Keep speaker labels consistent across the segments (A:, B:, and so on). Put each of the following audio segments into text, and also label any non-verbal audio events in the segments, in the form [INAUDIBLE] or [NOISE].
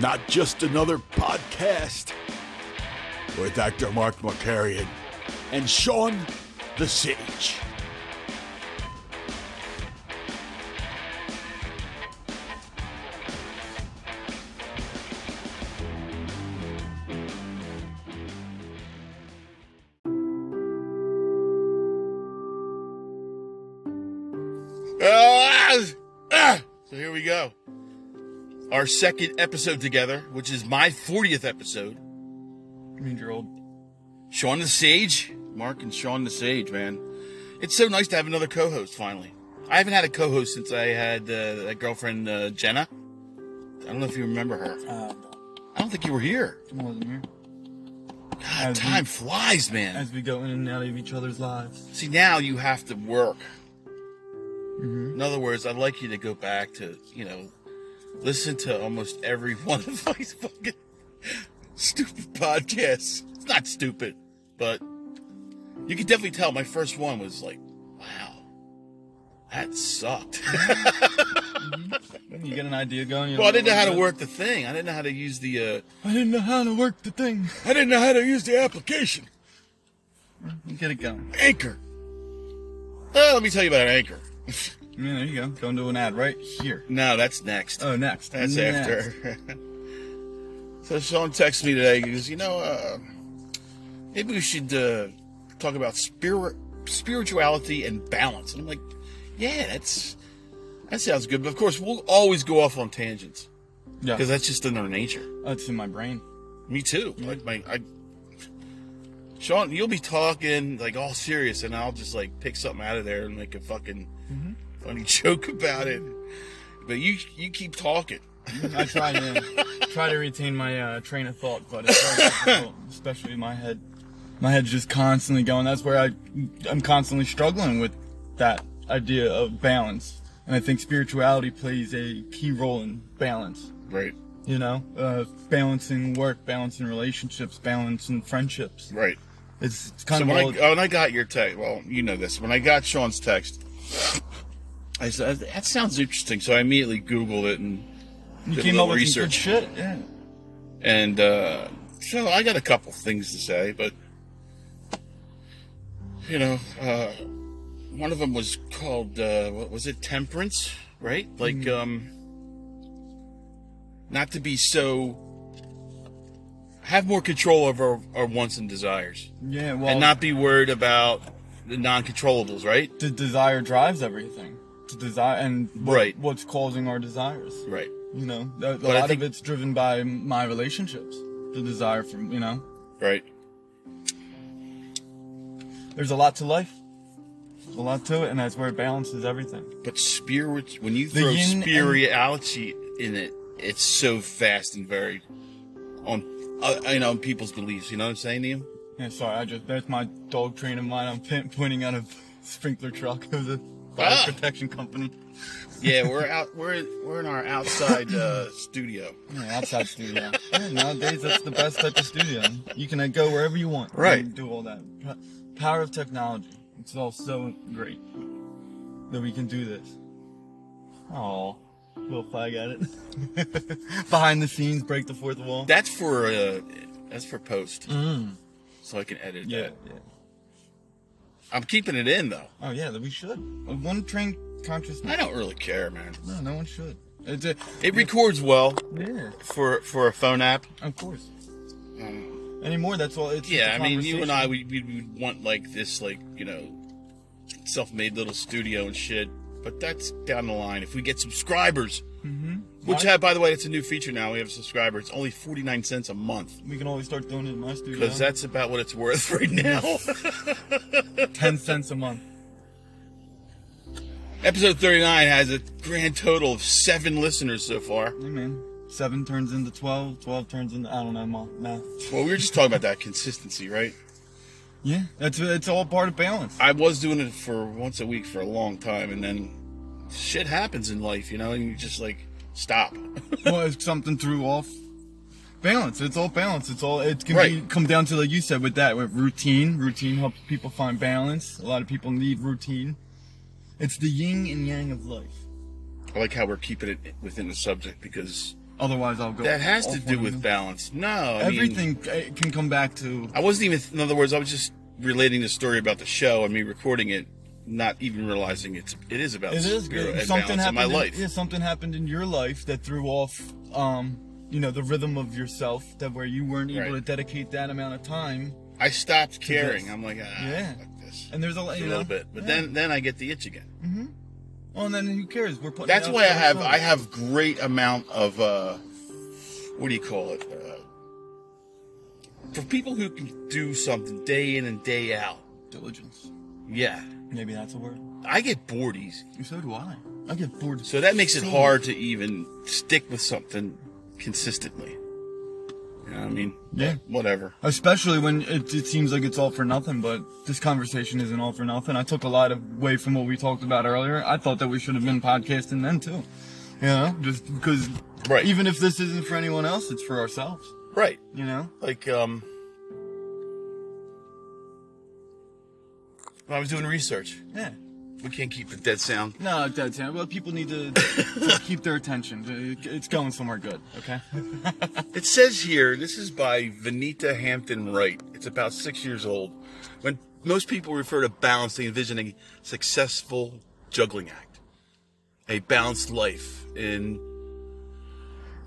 A: Not Just Another Podcast with Dr. Mark McCarrion and Sean the Sage.
B: Ah, ah. so here we go. Our second episode together, which is my 40th episode. I mean, you're old. Sean the Sage. Mark and Sean the Sage, man. It's so nice to have another co host finally. I haven't had a co host since I had uh, that girlfriend, uh, Jenna. I don't know if you remember her.
C: Um,
B: I don't think you were here.
C: wasn't here.
B: God,
C: As we-
B: time flies, man.
C: As we go in and out of each other's lives.
B: See, now you have to work. In other words, I'd like you to go back to, you know, listen to almost every [LAUGHS] one of my fucking stupid podcasts. It's not stupid, but you can definitely tell my first one was like, wow, that sucked. [LAUGHS]
C: You get an idea going. you
B: well, I
C: know
B: didn't know how to
C: what-
B: work the thing. I didn't know how to use the, uh,
C: I didn't know how to work the thing.
B: I didn't know how to use the application.
C: You get it going.
B: Anchor. Oh, let me tell you about Anchor.
C: Yeah, there you go. Going to an ad right here.
B: No, that's next.
C: Oh, next.
B: That's
C: Next.
B: after. [LAUGHS] so Sean texts me today. He goes, you know, uh, maybe we should uh, talk about spirit, spirituality, and balance. And I'm like, yeah, that's that sounds good. But of course, we'll always go off on tangents
C: Yeah.
B: because that's just in our nature.
C: That's in my brain.
B: Me too. Like my, I, Sean, you'll be talking like all serious, and I'll just like pick something out of there and make a fucking funny [LAUGHS] joke about it. But you, you keep talking.
C: I try to try to retain my uh, train of thought, but it's very difficult, especially my head. My head's just constantly going. That's where I, I'm constantly struggling with that idea of balance, and I think spirituality plays a key role in balance.
B: Right.
C: you know uh, balancing work balancing relationships balancing friendships
B: Right.
C: it's, it's
B: So
C: kind
B: when I,
C: of all,
B: when I got your text, well, you know this. When I got Sean's text, I said that sounds interesting. So I immediately Googled it and
C: you
B: did
C: came
B: a
C: up
B: little
C: with some good
B: research.
C: shit yeah
B: And uh, so I got a couple things to say, but you know, uh, one of them was called uh, what was it? Temperance, right? Like, um, not to be so have more control over our, our wants and desires.
C: yeah well
B: and not be worried about the non-controllables, right?
C: the desire drives everything the desire and what-
B: Right.
C: what's causing our desires
B: Right.
C: you know a, a
B: I
C: lot
B: think-
C: of it's driven by my relationships the desire for you know
B: Right.
C: there's a lot to life There's a lot to it and that's where it balances everything
B: But spirit, when you
C: The
B: throw
C: yin and-
B: spirituality in it, it's so vast and varied on, uh, you know, on people's beliefs. You know what I'm saying, Liam?
C: yeah sorry i just that's my dog training mine i'm [LAUGHS] pin- pointing at a sprinkler truck [LAUGHS] of the fire
B: Ah.
C: protection company
B: Yeah, we're out. We're we're in our outside [CLEARS THROAT] uh, studio.
C: Yeah, outside studio. yeah, nowadays that's the best type of studio. You can uh, go wherever you want.
B: Right.
C: And do all that. P- Power of technology. It's all so great that we can do this. Oh, little flag at it. [LAUGHS] Behind the scenes, break the fourth wall.
B: That's for uh, that's for post, so I can edit.
C: yeah,
B: that.
C: yeah.
B: I'm keeping it in though.
C: Oh yeah, that we should. Uh, One train consciousness.
B: I don't really care, man.
C: No, no one should. It's a,
B: It records well
C: yeah,
B: for for a phone app.
C: of course.
B: Mm.
C: Anymore, that's all. It's just
B: Yeah,
C: a
B: I mean, you and
C: conversation.
B: I, we, we would want like this, like you know, self-made little studio and shit. But that's down the line if we get subscribers. Mm-hmm. Which,
C: Why-
B: have, by the way, it's a new feature now. We have a subscriber. It's only forty-nine cents a month
C: We can always start doing it in my studio.
B: because that's about what it's worth [LAUGHS] right now.
C: ten cents a month.
B: Episode thirty-nine has a grand total of seven listeners so far.
C: Hey man, seven turns into twelve, twelve turns into I don't know ma- math.
B: Well, we were just talking about that consistency, right?
C: Yeah, that's it's all part of balance.
B: [LAUGHS] I was doing it for once a week for a long time, and then shit happens in life, you know, and you just like stop.
C: well, if something threw off balance, it's all balance. It's all it can be
B: Right.
C: come down to like you said with that with routine. Routine helps people find balance. A lot of people need routine. It's the yin and yang of life.
B: I like how we're keeping it within the subject because
C: Otherwise, I'll go.
B: That has to
C: off
B: do
C: on
B: with
C: them.
B: balance. No, I mean,
C: everything. It can come back to
B: I wasn't even. In other words, I was just relating the story about the show and me recording it, not even realizing it's it is about
C: It is
B: spirit
C: good.
B: and
C: Something
B: balance in
C: happened.
B: my
C: in-
B: life.
C: yeah, something happened in your life that threw off, um, you know, the rhythm of yourself. That where you weren't able
B: Right.
C: to dedicate that amount of time.
B: I stopped caring.
C: this.
B: I'm like, ah,
C: Yeah.
B: fuck this.
C: And there's a,
B: for
C: you
B: a
C: know,
B: little bit, but
C: yeah.
B: then then I get the itch again.
C: well, and then who cares? We're putting. it
B: That's
C: out
B: why I
C: there
B: have
C: for-
B: I have great amount of uh, what do you call it? Uh, for people who can do something day in and day out,
C: diligence.
B: yeah,
C: Maybe that's a word.
B: I get bored easy.
C: So do I. I get bored.
B: So that makes it
C: so
B: hard to even stick with something consistently. You know what I mean?
C: Yeah.
B: Whatever.
C: Especially when it, it seems like it's all for nothing, but this conversation isn't all for nothing. I took a lot away from what we talked about earlier. I thought that we should have been podcasting then too. You know, just because
B: Right.
C: even if this isn't for anyone else, it's for ourselves.
B: Right.
C: You know?
B: Like um when I was doing research.
C: Yeah.
B: We can't keep the dead sound.
C: No, that's it. Well, people need to, [LAUGHS] to keep their attention. It's going somewhere good, okay?
B: It says here, this is by Venita Hampton Wright. It's about six years old. When most people refer to balance, they envision a successful juggling act. A balanced life in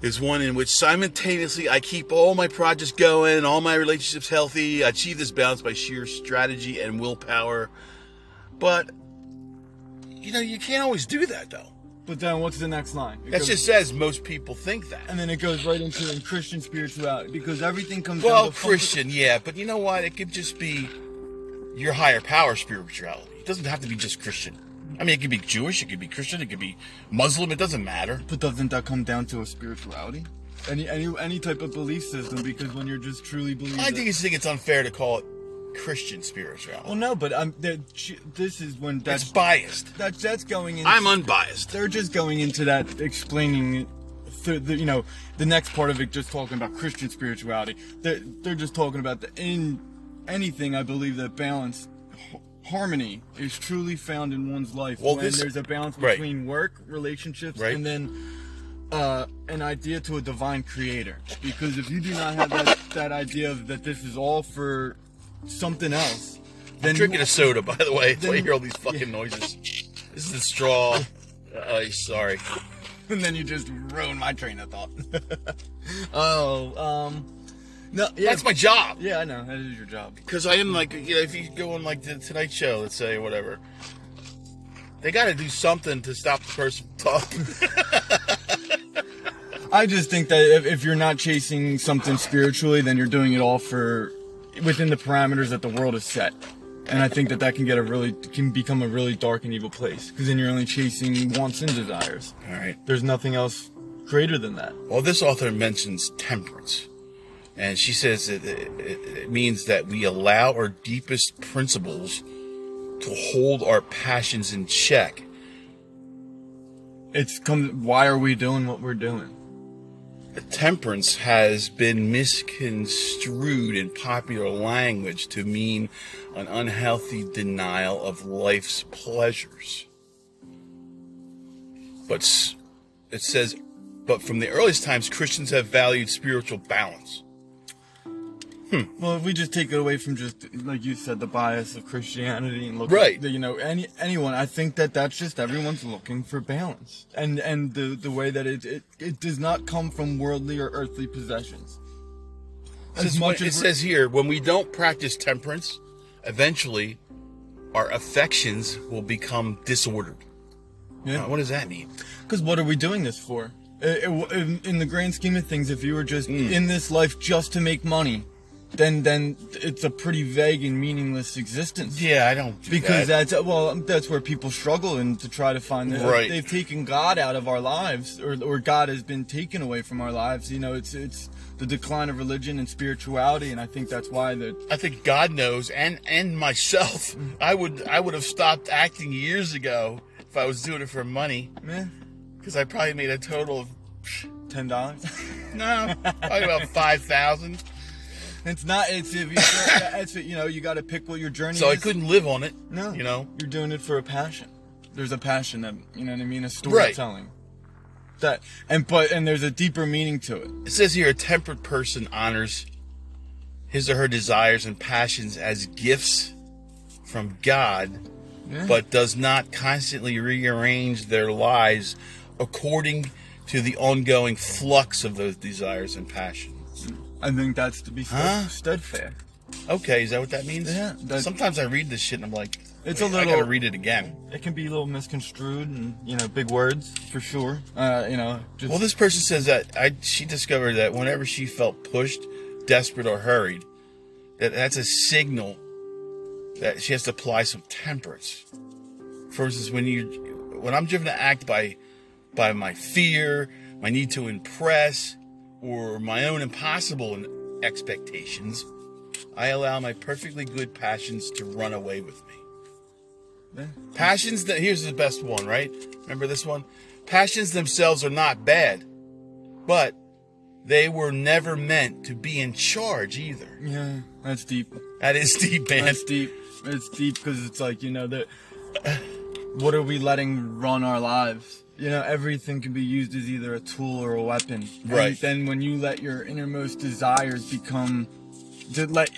B: is one in which simultaneously I keep all my projects going, all my relationships healthy. I achieve this balance by sheer strategy and willpower. But you know, you can't always do that though.
C: But then what's the next line? It
B: That
C: goes-
B: just says most people think that.
C: And then it goes right into in Christian spirituality because everything comes down
B: Well,
C: to
B: [LAUGHS] Christian, yeah, but you know what? It could just be your higher power spirituality. It doesn't have to be just Christian. I mean, it could be Jewish, it could be Christian, it could be Muslim. It doesn't matter.
C: But doesn't that come down to a spirituality? Any any any type of belief system? Because when you're just truly believing,
B: I think it's, think it's unfair to call it Christian spirituality.
C: Well, no, but I'm. that- This is when
B: it's
C: that's
B: biased.
C: that's that's going in.
B: I'm unbiased.
C: they're just going into that explaining it through the, you know the next part of it just talking about christian spirituality they're, they're just talking about the in anything i believe that balance h- harmony is truly found in one's life
B: Well,
C: when
B: this-
C: there's a balance
B: right.
C: between work relationships
B: Right.
C: and then uh, an idea to a divine creator because if you do not have that, that idea of that this is all for something else then
B: I'm drinking
C: you-
B: a soda, by the way. That's why you
C: then-
B: hear all these fucking noises. This is the straw. Oh, sorry.
C: [LAUGHS] and then you just ruin my train of thought. [LAUGHS] oh, um, no, yeah,
B: That's my job.
C: yeah, I know that is your job.
B: Because I am like, you know, if you go on like the Tonight Show, let's say, or whatever, they got to do something to stop the person from talking.
C: I just think that if, if you're not chasing something spiritually, then you're doing it all for within the parameters that the world has set. And I think that that can get a really can become a really dark and evil place because then you're only chasing wants and desires.
B: All right.
C: There's nothing else greater than that.
B: Well, this author mentions temperance. And she says that it, it, it means that we allow our deepest principles to hold our passions in check.
C: It's come. Why are we doing what we're doing?
B: Temperance has been misconstrued in popular language to mean an unhealthy denial of life's pleasures. But s- it says, but from the earliest times, Christians have valued spiritual balance.
C: Well, if we just take it away from just like you said, the bias of Christianity and look,
B: Right.
C: At, you know, any anyone, I think that that's just everyone's looking for balance, and and the the way that it it, it does not come from worldly or earthly possessions.
B: Since when- it
C: we're-
B: says here, when we don't practice temperance, eventually our affections will become disordered. Now,
C: yeah,
B: what does that mean?
C: because what are we doing this for? I- I- in, in the grand scheme of things, if you were just
B: Mm.
C: in this life just to make money, then then it's a pretty vague and meaningless existence.
B: Yeah, I don't. do
C: because
B: that.
C: that's well that's where people struggle and to try to find that
B: Right.
C: they've taken god out of our lives or, or god has been taken away from our lives you know it's it's the decline of religion and spirituality and i think that's why that
B: I think God knows, and and myself, I would I would have stopped acting years ago if I was doing it for money,
C: eh,
B: because I probably made a total of
C: ten dollars [LAUGHS]
B: no, probably [LAUGHS] about five thousand.
C: it's not it's
B: [LAUGHS]
C: if you it's, you know you got to pick what your journey
B: So I
C: is
B: couldn't live on it.
C: no
B: you know,
C: you're doing it for a passion there's a passion that you know what i mean a
B: Right.
C: storytelling that and but and there's a deeper meaning to it.
B: It says here a temperate person honors his or her desires and passions as gifts from God,
C: Yeah.
B: but does not constantly rearrange their lives according to the ongoing flux of those desires and passions.
C: I think that's to be st-
B: Huh?
C: steadfast.
B: Okay, is that what that means?
C: Yeah, that-
B: Sometimes I read this shit and I'm like,
C: It's
B: wait,
C: a
B: I
C: little-
B: gotta read it again.
C: It can be a little misconstrued and you know big words for sure. Uh, you know, just
B: Well, this person says that I, she discovered that whenever she felt pushed, desperate, or hurried, that that's a signal that she has to apply some temperance. For instance, when you, when I'm driven to act by, by my fear, my need to impress, or my own impossible expectations, I allow my perfectly good passions to run away with me.
C: Yeah.
B: Passions that here's the best one, right? Remember this one? Passions themselves are not bad, but they were never meant to be in charge either.
C: yeah, that's deep.
B: That is [LAUGHS] deep, man.
C: That's deep. It's deep because it's like you know that. [SIGHS] What are we letting run our lives? You know, everything can be used as either a tool or a weapon.
B: Right.
C: And then when you let your innermost desires become to let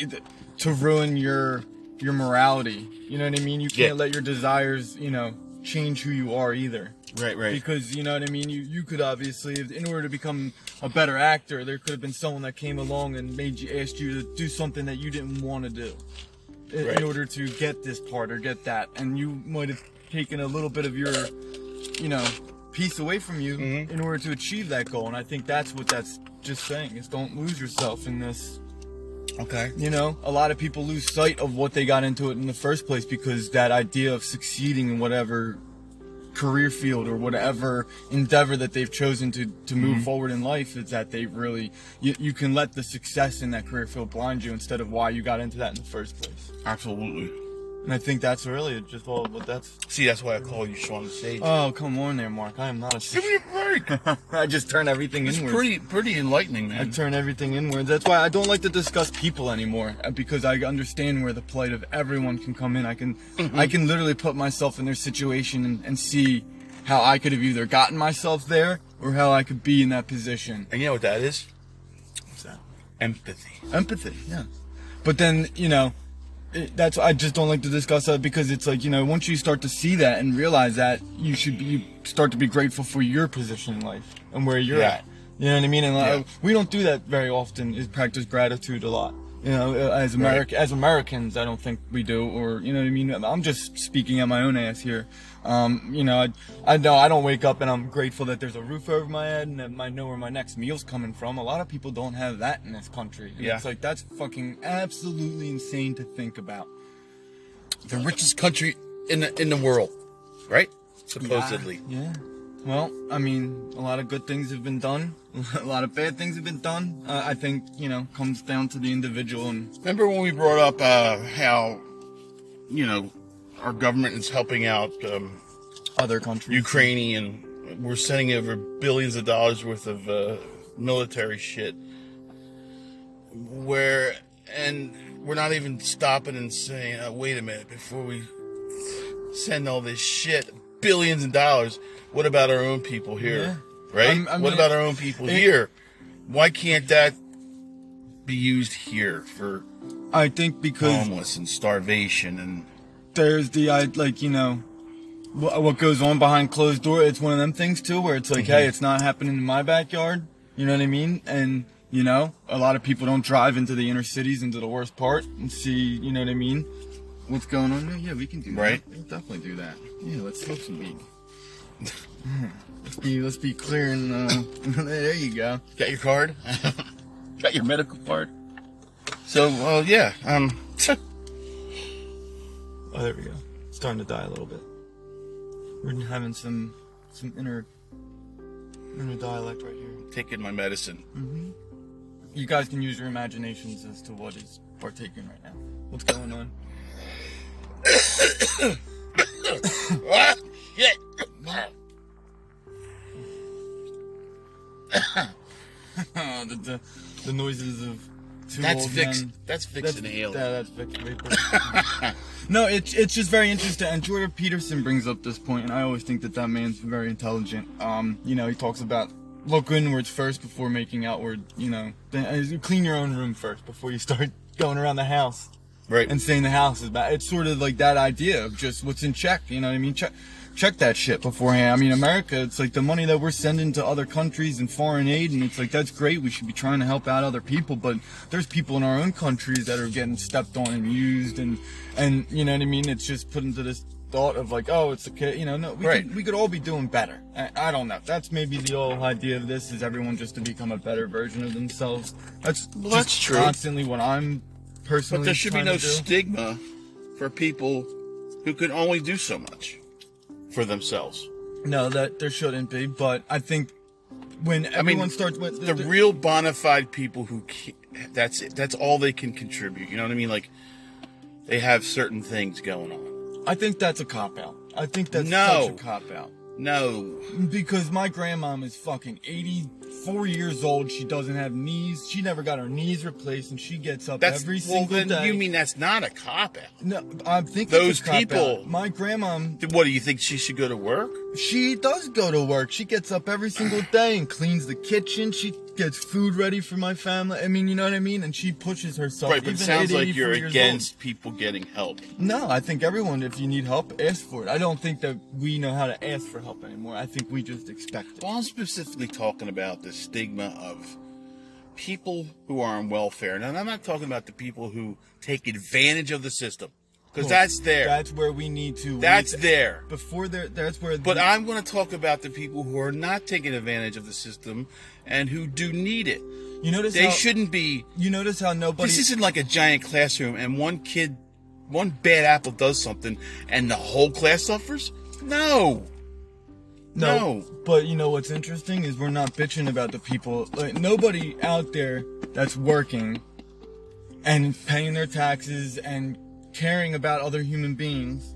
C: to ruin your your morality, you know what I mean. You can't
B: Yeah.
C: let your desires, you know, change who you are either.
B: Right, right.
C: Because you know what I mean. You you could obviously, if- in order to become a better actor, there could have been someone that came along and made you asked you to do something that you didn't want to do in,
B: Right.
C: in order to get this part or get that, and you might have taken a little bit of your, you know, piece away from you
B: Mm-hmm.
C: in order to achieve that goal. And I think that's what that's just saying is don't lose yourself in this.
B: Okay.
C: You know, a lot of people lose sight of what they got into it in the first place because that idea of succeeding in whatever career field or whatever endeavor that they've chosen to to
B: Mm-hmm.
C: move forward in life is that they really you, you can let the success in that career field blind you instead of why you got into that in the first place.
B: Absolutely.
C: And I think that's really just all. But that's
B: See, that's why I call you Sean the Sage.
C: oh come on there, Mark. I am not a.
B: Uh,
C: [LAUGHS]
B: Give me a break.
C: I just turn
B: [LAUGHS]
C: everything
B: It's
C: inwards.
B: pretty, pretty enlightening,
C: I
B: man.
C: turn everything inwards. That's why I don't like to discuss people anymore uh, because I understand where the plight of everyone can come in. I can, I can literally put myself in their situation and, and see how I could have either gotten myself there or how I could be in that position.
B: And you know what that is? Empathy.
C: empathy yeah but then you know it, that's i just don't like to discuss that because it's like you know once you start to see that and realize that you should be you start to be grateful for your position in life and where you're
B: Yeah.
C: at you know what i mean and like,
B: Yeah.
C: we don't do that very often is practice gratitude a lot you know uh, as Ameri- as americans i don't think we do or you know what i mean i'm just speaking at my own ass here um, you know, I, I know I don't wake up and I'm grateful that there's a roof over my head and that I know where my next meal's coming from. A lot of people don't have that in this country. And
B: Yeah.
C: It's like that's fucking absolutely insane to think about.
B: The richest country in the, in the world, right? Supposedly.
C: Yeah. Well, I mean, a lot of good things have been done. [LAUGHS] A lot of bad things have been done. Uh, I think, you know, comes down to the individual and
B: Remember when we brought up uh, how, you know, our government is helping out um,
C: other countries.
B: Ukrainian. We're sending over billions of dollars worth of uh, military shit. Where and we're not even stopping and saying, uh, "Wait a minute!" Before we send all this shit, billions of dollars. What about our own people here,
C: Yeah.
B: right?
C: I'm- I
B: what
C: mean,
B: about our own people
C: it-
B: here? Why can't that be used here for
C: I think because
B: homeless and starvation and
C: there's the I like you know what, what goes on behind closed door. It's one of them things too, where it's like, hey, it's not happening in my backyard. You know what I mean? And you know, a lot of people don't drive into the inner cities, into the worst part, and see. You know what I mean? What's going on? Yeah, Yeah, we can do that.
B: Right.
C: We'll definitely do that. Yeah, let's smoke some weed. [LAUGHS] let's be let's be clear and uh, [LAUGHS] there you go.
B: Got your card? [LAUGHS] Got your medical card? So, well, yeah. Um, [LAUGHS]
C: Oh, there we go. It's starting to die a little bit. We're having some some inner inner dialect right here.
B: taking my medicine.
C: you guys can use your imaginations as to what is partaking right now. What's going on? [LAUGHS]
B: Ah, shit.
C: Uh, the, the, the noises of two
B: That's
C: old
B: fix.
C: men.
B: That's fixing the alien.
C: Yeah, that's fixed. [LAUGHS] no, it's it's just very interesting. And Jordan Peterson brings up this point, and I always think that that man's very intelligent. Um, you know, he talks about look inwards first before making outward. You know, then, uh, you clean your own room first before you start [LAUGHS] going around the house
B: right.
C: and saying the house is bad. It's sort of like that idea of just what's in check. You know what I mean? Check check that shit beforehand. I mean, America, it's like the money that we're sending to other countries and foreign aid, and it's like that's great. We should be trying to help out other people, but there's people in our own countries that are getting stepped on and used, and and you know what I mean? It's just put into this thought of like, oh, it's okay. You know, no, we
B: Right.
C: could, we could all be doing better. I, I don't know. That's maybe the whole idea of this is everyone just to become a better version of themselves. That's
B: Well, that's
C: just
B: true.
C: Constantly what I'm personally.
B: But there should be
C: trying to
B: no
C: do.
B: stigma for people who can only do so much for themselves.
C: No, that there shouldn't be, but I think when
B: I mean,
C: everyone starts with
B: the, real bona fide people who ca- that's it. That's all they can contribute. You know what I mean? Like they have certain things going on.
C: I think that's a cop out. I think that's
B: No.
C: such a cop out
B: No,
C: because my grandmom is fucking 84 years old. She doesn't have knees. She never got her knees replaced, and she gets up
B: that's
C: every
B: well.
C: single
B: Then
C: day.
B: you mean that's not a cop out?
C: no? I think
B: Those
C: it's a cop
B: people-
C: Out. My grandmom,
B: What do you think she should go to work?
C: she does go to work. She gets up
B: [SIGHS]
C: every single day and cleans the kitchen. She gets food ready for my family. I mean, you know what I mean. And she pushes herself.
B: Right, but it
C: even
B: sounds
C: at
B: like you're
C: 84 years old.
B: against people getting help.
C: No, I think everyone, if you need help, ask for it. I don't think that we know how to ask for help anymore. I think we just expect it.
B: Well, I'm specifically talking about the stigma of people who are on welfare. And I'm not talking about the people who take advantage of the system, because that's there. That's,
C: That's where we need to. we-
B: there.
C: Before there, that's where.
B: But
C: the-
B: I'm going to talk about the people who are not taking advantage of the system and who do need it.
C: you notice
B: They
C: how,
B: shouldn't be.
C: You notice how nobody.
B: this isn't like a giant classroom and one kid, one bad apple does something and the whole class suffers? No.
C: No,
B: No.
C: But you know what's interesting is we're not bitching about the people. Like, nobody out there that's working and paying their taxes and caring about other human beings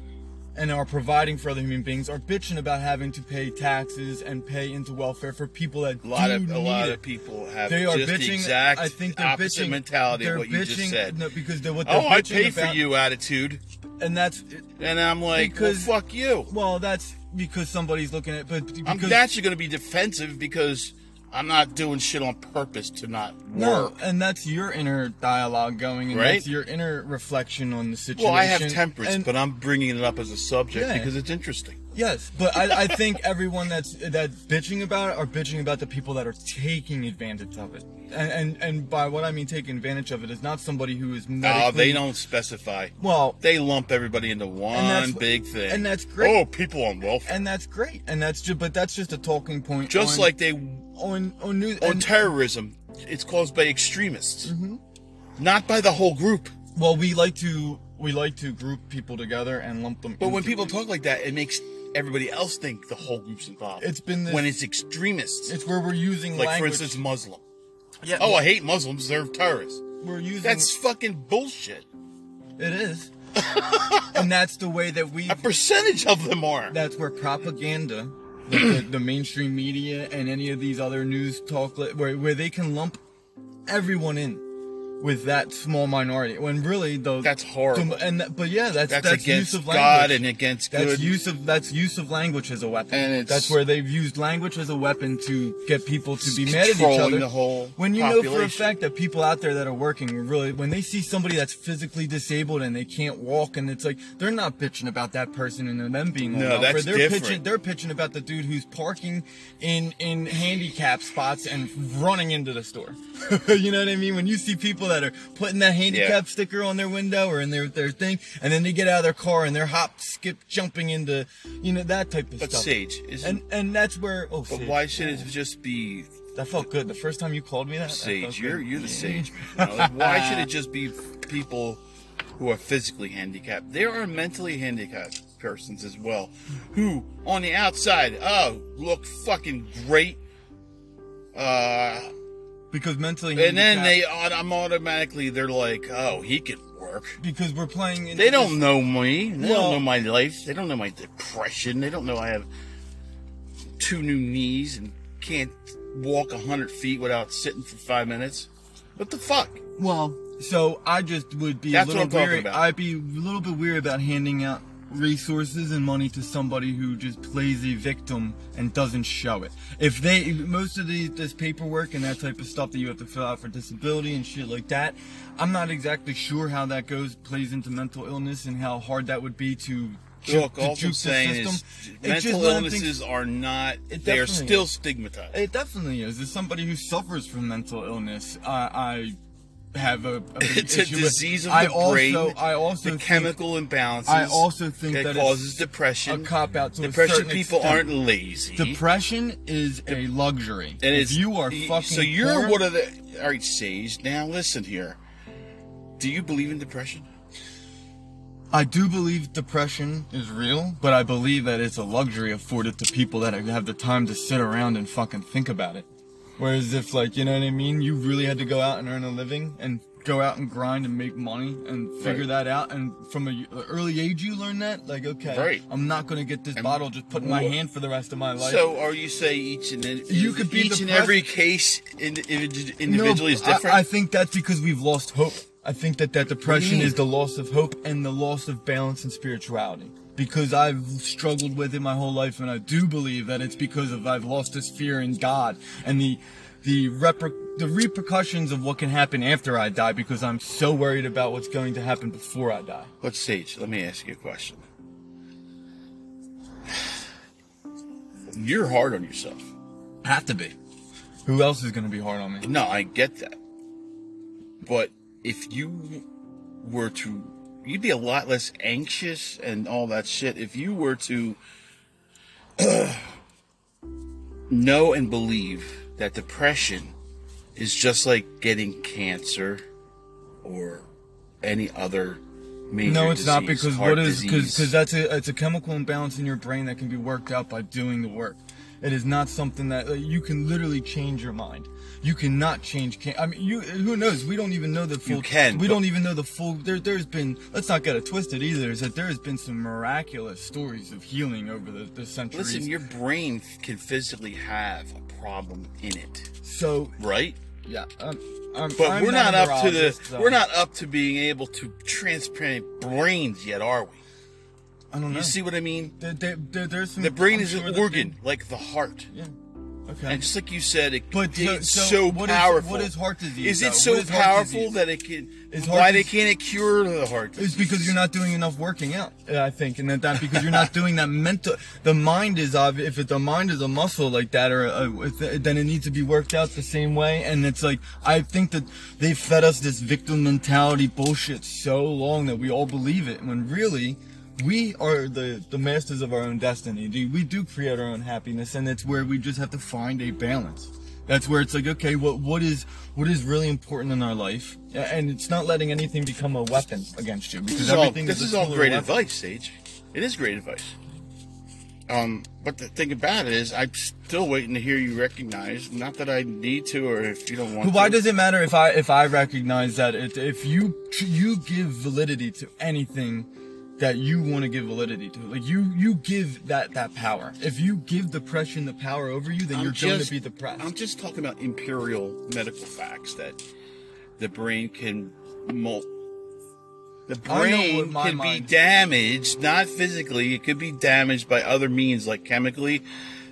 C: and are providing for other human beings are bitching about having to pay taxes and pay into welfare for people that
B: A lot
C: do
B: of a
C: need
B: lot
C: it.
B: of people have
C: They are
B: just
C: bitching.
B: the exact
C: I think they're
B: opposite
C: bitching
B: mentality
C: they're
B: of what you just
C: bitching-
B: said.
C: No, because they're what they're
B: oh, I
C: bitching
B: pay for
C: about-
B: you attitude,
C: and that's
B: and I'm like,
C: Because-
B: well, fuck you.
C: well, that's because somebody's looking at. But because,
B: I'm naturally going to be defensive because I'm not doing shit on purpose to not work.
C: and that's your inner dialogue going, and
B: Right?
C: that's your inner reflection on the situation.
B: well, I have temperance,
C: And-
B: but I'm bringing it up as a subject
C: Yeah.
B: because it's interesting.
C: [LAUGHS] yes, but I, I think everyone that's that's bitching about it are bitching about the people that are taking advantage of it, and and, and by what I mean taking advantage of it is not somebody who is medically.
B: Uh, they don't specify.
C: Well,
B: They lump everybody into one
C: that's-
B: big thing,
C: and that's great.
B: Oh, people on welfare,
C: and that's great, and that's just but that's just a talking point.
B: just
C: on-
B: like they
C: on on news
B: on
C: and- Mm-hmm.
B: terrorism, it's caused by extremists, not by the whole group.
C: Well, we like to we like to group people together and lump them.
B: But when
C: into-
B: people talk like that, it makes everybody else think the whole group's involved.
C: It's been this-
B: when it's extremists,
C: it's where we're using
B: like
C: language.
B: for instance, Muslim.
C: yeah,
B: Oh, I hate Muslims. They're terrorists.
C: we're using
B: That's fucking bullshit.
C: It
B: [LAUGHS]
C: is. and that's the way that we.
B: A percentage of them are.
C: That's where propaganda, the, the, the mainstream media, and any of these other news talk, li- where, where they can lump everyone in with that small minority. When really, though.
B: That's horrible.
C: and that- but yeah, that's,
B: that's,
C: that's,
B: against
C: use of language.
B: God and against
C: that's
B: good.
C: use of that's use of language as a weapon.
B: And it's-
C: that's where they've used language as a weapon to get people to be mad at each
B: Controlling
C: other.
B: the whole
C: when you know for a
B: population.
C: fact that people out there that are working really, when they see somebody that's physically disabled and they can't walk, and it's like they're not bitching about that person and them being on
B: No,
C: welfare.
B: that's
C: they're
B: different.
C: pitching they're pitching about the dude who's parking in in handicap spots and running into the store. [LAUGHS] you know what I mean? When you see people that are putting that handicap
B: Yeah.
C: sticker on their window or in their their thing, and then they get out of their car and they're hop, skip, jumping into, you know, that type of
B: but
C: stuff.
B: Sage, isn't,
C: And and that's where oh,
B: but
C: Sage.
B: why should it just be
C: That felt good. The first time you called me that, that felt
B: Sage?
C: good.
B: You're
C: [LAUGHS]
B: you're the Sage. man. You know, like, why should it just be people who are physically handicapped? There are mentally handicapped persons as well, who on the outside, oh, look fucking great. Uh,
C: [LAUGHS] because mentally
B: and then
C: handicapped-
B: they aut- I'm automatically they're like, oh, he can work.
C: because we're playing. into
B: They don't
C: this-
B: know me. They
C: Well-
B: don't know my life. They don't know my depression. They don't know I have two new knees and can't walk a hundred feet without sitting for five minutes. What the fuck?
C: Well, so I just would be
B: That's
C: a
B: what
C: little
B: I'm talking
C: weary.
B: about.
C: I'd be a little bit weary about handing out resources and money to somebody who just plays a victim and doesn't show it. If they most of these this paperwork and that type of stuff that you have to fill out for disability and shit like that, I'm not exactly sure how that goes plays into mental illness and how hard that would be to ju-
B: Look,
C: to
B: all
C: juke
B: I'm
C: the
B: saying is
C: system. It's just
B: mental
C: one of the things-
B: illnesses are not,
C: It
B: they are
C: definitely
B: still
C: is.
B: stigmatized.
C: It definitely is. As somebody who suffers from mental illness, I, I have a, a
B: [LAUGHS]
C: big
B: it's a
C: issue with-
B: disease of
C: I
B: the
C: also,
B: brain.
C: I also
B: the
C: think
B: chemical imbalances.
C: I also think
B: that,
C: that it's
B: causes
C: a
B: depression.
C: cop out to a
B: Depression
C: certain
B: people
C: extent.
B: aren't lazy.
C: Depression is a luxury.
B: and
C: if
B: it's
C: you are
B: y-
C: fucking
B: so you're
C: poor,
B: one of the all right, Sage. Now listen here. Do you believe in depression?
C: I do believe depression is real, but I believe that it's a luxury afforded to people that have the time to sit around and fucking think about it. Whereas if like, you know what I mean, you really had to go out and earn a living and go out and grind and make money and figure
B: Right.
C: that out and from a y- early age you learn that like okay
B: Right.
C: i'm not going to get this bottle just put in my
B: wha-
C: hand for the rest of my life
B: so are you say each and then
C: You could be
B: each and
C: depressed-
B: every case in, individ- individually is
C: but I-
B: different.
C: I, think that's because we've lost hope. I think that that depression
B: mean?
C: is the loss of hope and the loss of balance and spirituality. Because I've struggled with it my whole life, and I do believe that it's because of I've lost this fear in God and the the reper- the repercussions of what can happen after I die. Because I'm so worried about what's going to happen before I die.
B: But Sage, let me ask you a question. You're hard on yourself.
C: Have to be. Who else is going to be hard on me?
B: No, I get that. But if you were to, you'd be a lot less anxious and all that shit if you were to [CLEARS THROAT] know and believe that depression is just like getting cancer or any other major
C: No, it's not
B: disease,
C: because
B: heart
C: what is
B: disease.
C: because that's a it's a chemical imbalance in your brain that can be worked out by doing the work. It is not something that like, you can literally change your mind. You cannot change. Can- I mean, you who knows? We don't even know the full.
B: can,
C: We
B: but-
C: don't even know the full. There, there's been. Let's not get it twisted either. Is that there has been some miraculous stories of healing over the, the centuries.
B: Listen, your brain can physically have a problem in it,
C: so
B: right?
C: yeah. Um, um,
B: But
C: I'm
B: we're not,
C: a
B: up to the
C: neurologist, so
B: we're not up to being able to transplant brains yet, are we?
C: I don't know.
B: You see what I mean?
C: There- there- there- there's some,
B: The brain
C: I'm
B: is
C: sure
B: an
C: that-
B: organ, like the heart.
C: Yeah. Okay.
B: And just like you said, it,
C: But so-
B: it's
C: so
B: so,
C: what is-
B: powerful.
C: what is heart disease,
B: Is
C: though?
B: it so
C: What is heart
B: powerful
C: disease?
B: that it can?
C: Is heart
B: why they
C: dis-
B: can't it cure the heart?
C: It's
B: Disease?
C: because you're not doing enough working out, uh, I think, and that, that because you're not doing that mental. The mind is obvi- if it, the mind is a muscle like that, or a, if it- then it needs to be worked out the same way. And it's like I think that they fed us this victim mentality bullshit so long that we all believe it, when really we are the the masters of our own destiny. dude. We do create our own happiness, and it's where we just have to find a balance. That's where it's like, okay, what what is what is really important in our life, A- and it's not letting anything become a weapon against you because
B: This is all,
C: everything
B: this
C: is,
B: is
C: a
B: all
C: tool or
B: great
C: weapon.
B: advice, Sage. It is great advice. Um, but the thing about it is, I'm still waiting to hear you recognize. Not that I need to, or if you don't want.
C: But Why
B: to.
C: does it matter if I if I recognize that it, if you you give validity to anything that you want to give validity to, like you you give that that power. If you give depression the power over you, then
B: I'm
C: you're going
B: just-
C: to be depressed.
B: I'm just talking about imperial medical facts that the brain can molt. The
C: I know what
B: brain
C: my
B: can
C: mind-
B: be damaged, not physically. It could be damaged by other means, like chemically,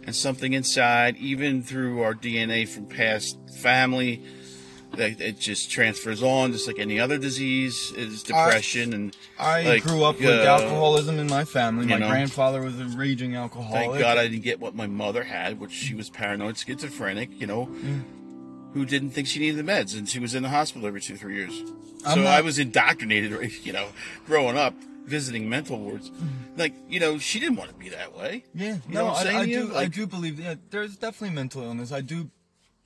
B: and something inside, even through our DNA from past family. That it just transfers on, just like any other disease. It's depression, and
C: I
B: like,
C: grew up with
B: uh,
C: alcoholism in my family.
B: you
C: My
B: know.
C: grandfather was a raging alcoholic.
B: Thank God I didn't get what my mother had, which she was paranoid schizophrenic, you know,
C: Mm.
B: who didn't think she needed the meds, and she was in the hospital every two, three years.
C: I'm
B: so
C: not-
B: I was indoctrinated, [LAUGHS] right, you know, growing up, visiting mental wards. Like, you know, she didn't want to be that way.
C: Mm. Yeah,
B: You
C: no,
B: know what
C: I,
B: I'm saying
C: I
B: to you?
C: do. I
B: Like-
C: do believe. Yeah, there's definitely mental illness. I do.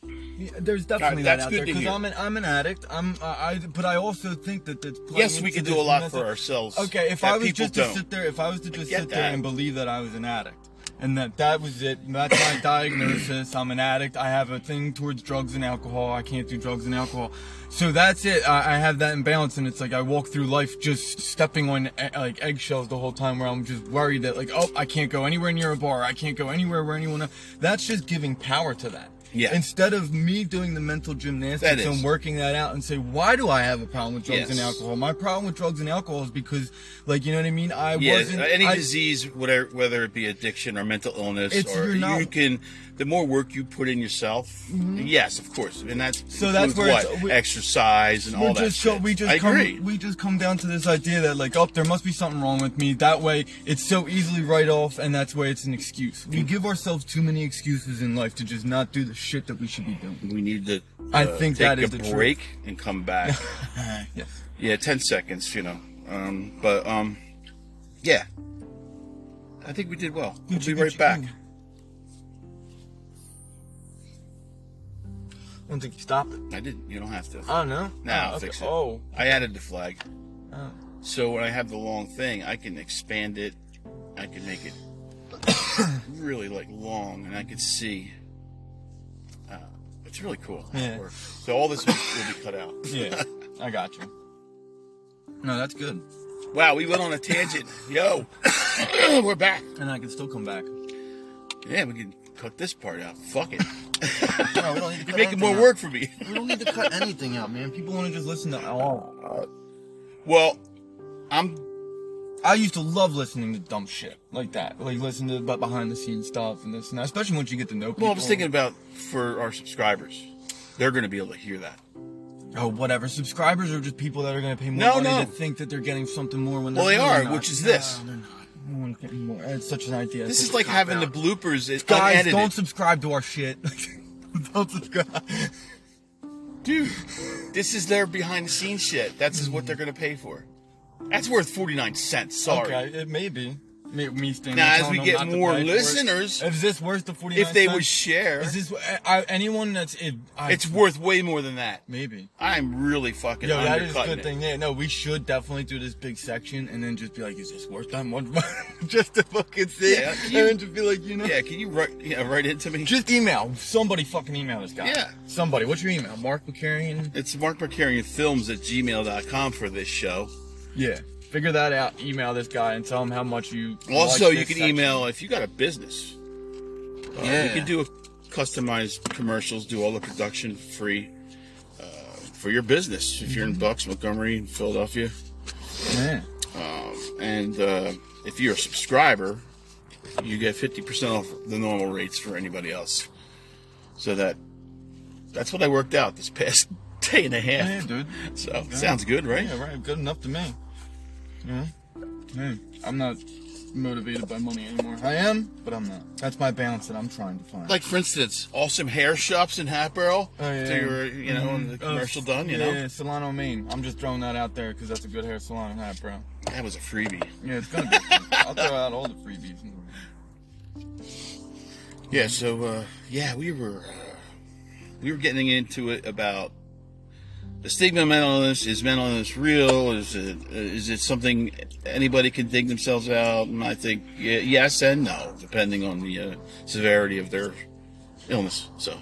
C: yeah, there's definitely
B: Alright,
C: that
B: that's
C: out
B: good
C: there
B: to
C: because
B: hear.
C: I'm an I'm an addict. I'm uh, I, but I also think that it's playing
B: Yes, we
C: into
B: can do
C: this
B: a lot
C: mental-
B: for ourselves
C: Okay, if
B: that
C: I was
B: people
C: just to
B: don't.
C: sit there, if I was to just
B: get
C: sit there
B: that.
C: and believe that I was an addict. And that that was it. That's my
B: [COUGHS]
C: diagnosis. I'm an addict. I have a thing towards drugs and alcohol. I can't do drugs and alcohol. So that's it. I, I have that imbalance, and it's like I walk through life just stepping on eh, like eggshells the whole time, where I'm just worried that like, oh, I can't go anywhere near a bar. I can't go anywhere where anyone. Else. That's just giving power to that.
B: Yeah.
C: Instead of me doing the mental gymnastics
B: That is.
C: and working that out and say, why do I have a problem with drugs and
B: Yes.
C: alcohol? My problem with drugs and alcohol is because, like, you know what I mean? I
B: Yeah,
C: wasn't.
B: uh, any
C: I-
B: disease, whatever, whether it be addiction or mental illness,
C: It's-
B: or
C: you're not-
B: you can, the more work you put in yourself, yes, of course, and that's
C: Mm-hmm. So that's
B: includes
C: where it's-
B: what
C: we-
B: exercise and
C: we
B: all
C: just
B: that.
C: so
B: shit.
C: we just
B: I
C: come
B: agree.
C: we just come down to this idea that like oh there must be something wrong with me that way it's so easily right off and that's why it's an excuse
B: Mm.
C: we give ourselves too many excuses in life to just not do the shit that we should be doing
B: we need to.
C: I
B: uh,
C: think
B: take
C: that
B: a
C: is the truth.
B: break and come
C: [LAUGHS]
B: back.
C: [SIGHS] yes
B: yeah, ten seconds, you know. Um, but um, yeah, I think we did well. We'll be right back.
C: I don't think you stopped it.
B: I did. You don't have to.
C: I don't know.
B: Now
C: oh, okay.
B: fix it.
C: Oh.
B: I added the flag.
C: oh.
B: So when I have the long thing, I can expand it. I can make [COUGHS] it really like long, and I can see. Uh, it's really cool. how it
C: Yeah.
B: works. So all this will will be cut out. [LAUGHS]
C: Yeah. I got you. No, that's good.
B: Wow, we went on a tangent. Yo, [COUGHS] we're back.
C: And I can still come
B: [LAUGHS]
C: back.
B: Yeah, we can cut this part out. Fuck [COUGHS] it.
C: No, we don't need to
B: You're
C: cut
B: making more
C: anything out.
B: work for me. [LAUGHS]
C: We don't need to cut anything out, man. People want to just listen to all.
B: Well, I'm
C: I used to love listening to dumb shit like that, like listen to about behind the scenes stuff and this and that. Especially once you get to know people.
B: well. I'm just thinking about for our subscribers, they're going to be able to hear that.
C: Oh, whatever. Subscribers are just people that are going to pay more
B: No,
C: money
B: no.
C: to think that they're getting something more when
B: Well,
C: they're
B: they
C: really
B: are,
C: not.
B: which is
C: No,
B: this.
C: they're not. No one's getting more. It's such an idea.
B: This
C: It's
B: is like having the bloopers at-
C: guys
B: unedited.
C: don't subscribe to our shit. [LAUGHS] don't subscribe.
B: Dude, this is their behind the scenes shit. That's is what they're gonna pay for. That's worth forty nine cents. Sorry.
C: Okay, it may be. Me, me standing
B: Now,
C: there
B: as
C: telling
B: we
C: them
B: get
C: not to
B: more
C: pay for it.
B: listeners,
C: is this worth the forty?
B: If they would share,
C: is this I, anyone that's if I,
B: it's worth way more than that.
C: maybe.
B: I'm really fucking
C: Yo, that is a
B: undercutting
C: good
B: it.
C: thing. Yeah, no, we should definitely do this big section and then just be like, is this worth that much? money? [LAUGHS] just to fucking see,
B: Yeah,
C: it.
B: can
C: and
B: you-
C: then just be like, you know,
B: Yeah, can you write yeah, write into me?
C: just email somebody. Fucking email this guy.
B: Yeah.
C: somebody. What's your email? Mark McCarrion.
B: It's Mark McCarrion Films at gmail.com for this show.
C: Yeah, figure that out. Email this guy and tell him how much you.
B: Also,
C: like
B: you
C: this
B: can
C: section.
B: email if you got a business. Uh,
C: Yeah.
B: You can do a customized commercials, do all the production free uh, for your business if you're in Bucks, Montgomery, Philadelphia.
C: Yeah.
B: And uh, if you're a subscriber, you get 50% off the normal rates for anybody else. So that that's what I worked out this past [LAUGHS] day and a
C: Yeah,
B: half.
C: dude.
B: So sounds good, right?
C: Yeah, right. Good enough to me. Yeah. Hey, I'm not motivated by money anymore. I am, but I'm not. That's my balance that I'm trying to find.
B: Like for instance, awesome hair shops in Hatboro.
C: Oh, yeah.
B: So you were, you know, when the
C: Oh,
B: commercial done, you
C: yeah,
B: know,
C: Yeah, Solano Maine. I'm just throwing that out there because that's a good hair salon in hat, bro.
B: that was a freebie.
C: Yeah,
B: [LAUGHS]
C: it's gonna be. I'll throw out all the freebies. in the world.
B: Yeah, so uh, yeah, we were uh, we were getting into it about the stigma of mental illness. Is mental illness real? Is it is it something anybody can dig themselves out? And I think yeah, yes and no, depending on the uh, severity of their illness. So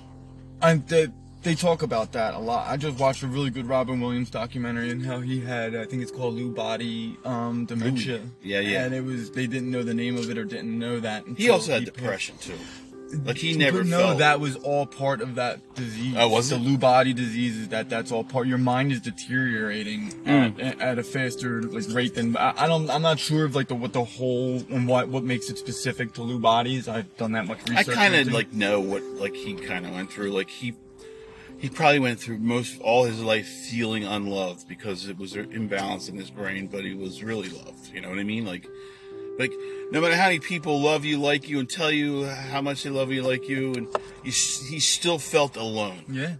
C: I'm they, they talk about that a lot. I just watched a really good Robin Williams documentary and how he had I think it's called Lou Body um, dementia.
B: yeah, yeah.
C: And it was they didn't know the name of it or didn't know that.
B: he
C: until
B: also had
C: picked-
B: depression too. Like he never
C: no,
B: felt
C: that was all part of that disease.
B: Oh, was
C: the
B: it?
C: Lou body disease is that that's all part. Your mind is deteriorating
B: Hmm.
C: at, at a faster like rate than I, I don't. I'm not sure of like the what the whole and what what makes it specific to Lou bodies. I've done that much
B: I
C: research.
B: kind of
C: into it.
B: like know what like he kind of went through. Like he he probably went through most all his life feeling unloved because it was an imbalance in his brain, but he was really loved. You know what I mean? Like like no matter how many people love you, like you, and tell you how much they love you, like you, and he, s- he still felt alone.
C: yeah.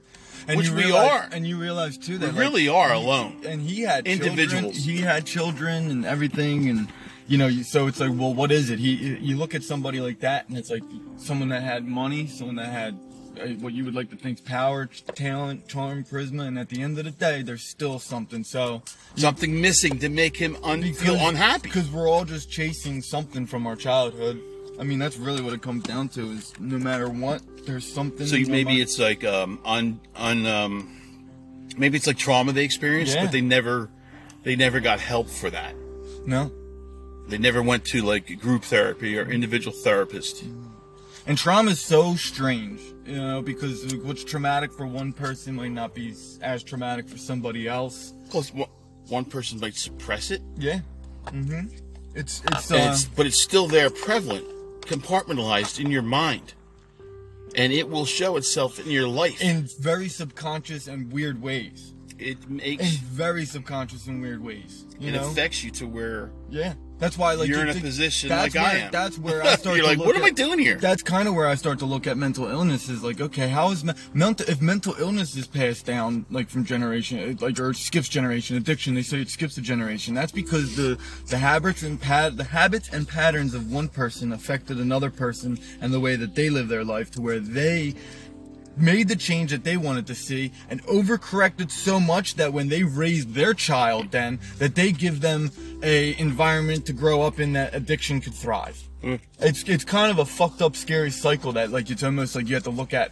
C: And
B: Which
C: you
B: we
C: realize-
B: are.
C: and you realize too
B: We
C: that like,
B: really are alone.
C: and he had children-
B: Individuals.
C: he had children and everything, and you know, you- so it's like, well, what is it? He, you look at somebody like that, and it's like someone that had money, someone that had uh, what you would like to think power, ch- talent, charm, charisma, and at the end of the day, there's still something. So
B: Something missing to make him un- feel unhappy.
C: because we're all just chasing something from our childhood. I mean, that's really what it comes down to. Is no matter what, there's something.
B: So you,
C: on
B: maybe
C: my-
B: it's like um un un um maybe it's like trauma they experienced,
C: Yeah.
B: but they never they never got help for that.
C: no.
B: They never went to like group therapy or individual therapist.
C: And trauma is so strange, you know, because like, what's traumatic for one person might not be s- as traumatic for somebody else.
B: Plus, one, one person might suppress it,
C: Yeah. Mm-hmm. It's it's, uh,
B: and it's, but it's still there, prevalent, compartmentalized in your mind, and it will show itself in your life.
C: in very subconscious and weird ways.
B: it
C: In
B: makes
C: very subconscious and weird ways. You
B: it
C: know.
B: affects you to where
C: Yeah. That's why, like,
B: You're
C: you
B: in a
C: think-
B: position
C: that's
B: like I
C: where-
B: am. [LAUGHS]
C: That's where I start.
B: you're
C: to
B: like,
C: look
B: what am I
C: at-
B: doing here?
C: That's kind of where I start to look at mental illness. Is like, okay, how is me- mental? If mental illness is passed down, like from generation, it- like or it skips generation, addiction. They say it skips a generation. That's because the the habits and pat the habits and patterns of one person affected another person and the way that they live their life to where they made the change that they wanted to see and overcorrected so much that when they raised their child then that they give them a environment to grow up in that addiction could thrive it's it's kind of a fucked up scary cycle that like it's almost like you have to look at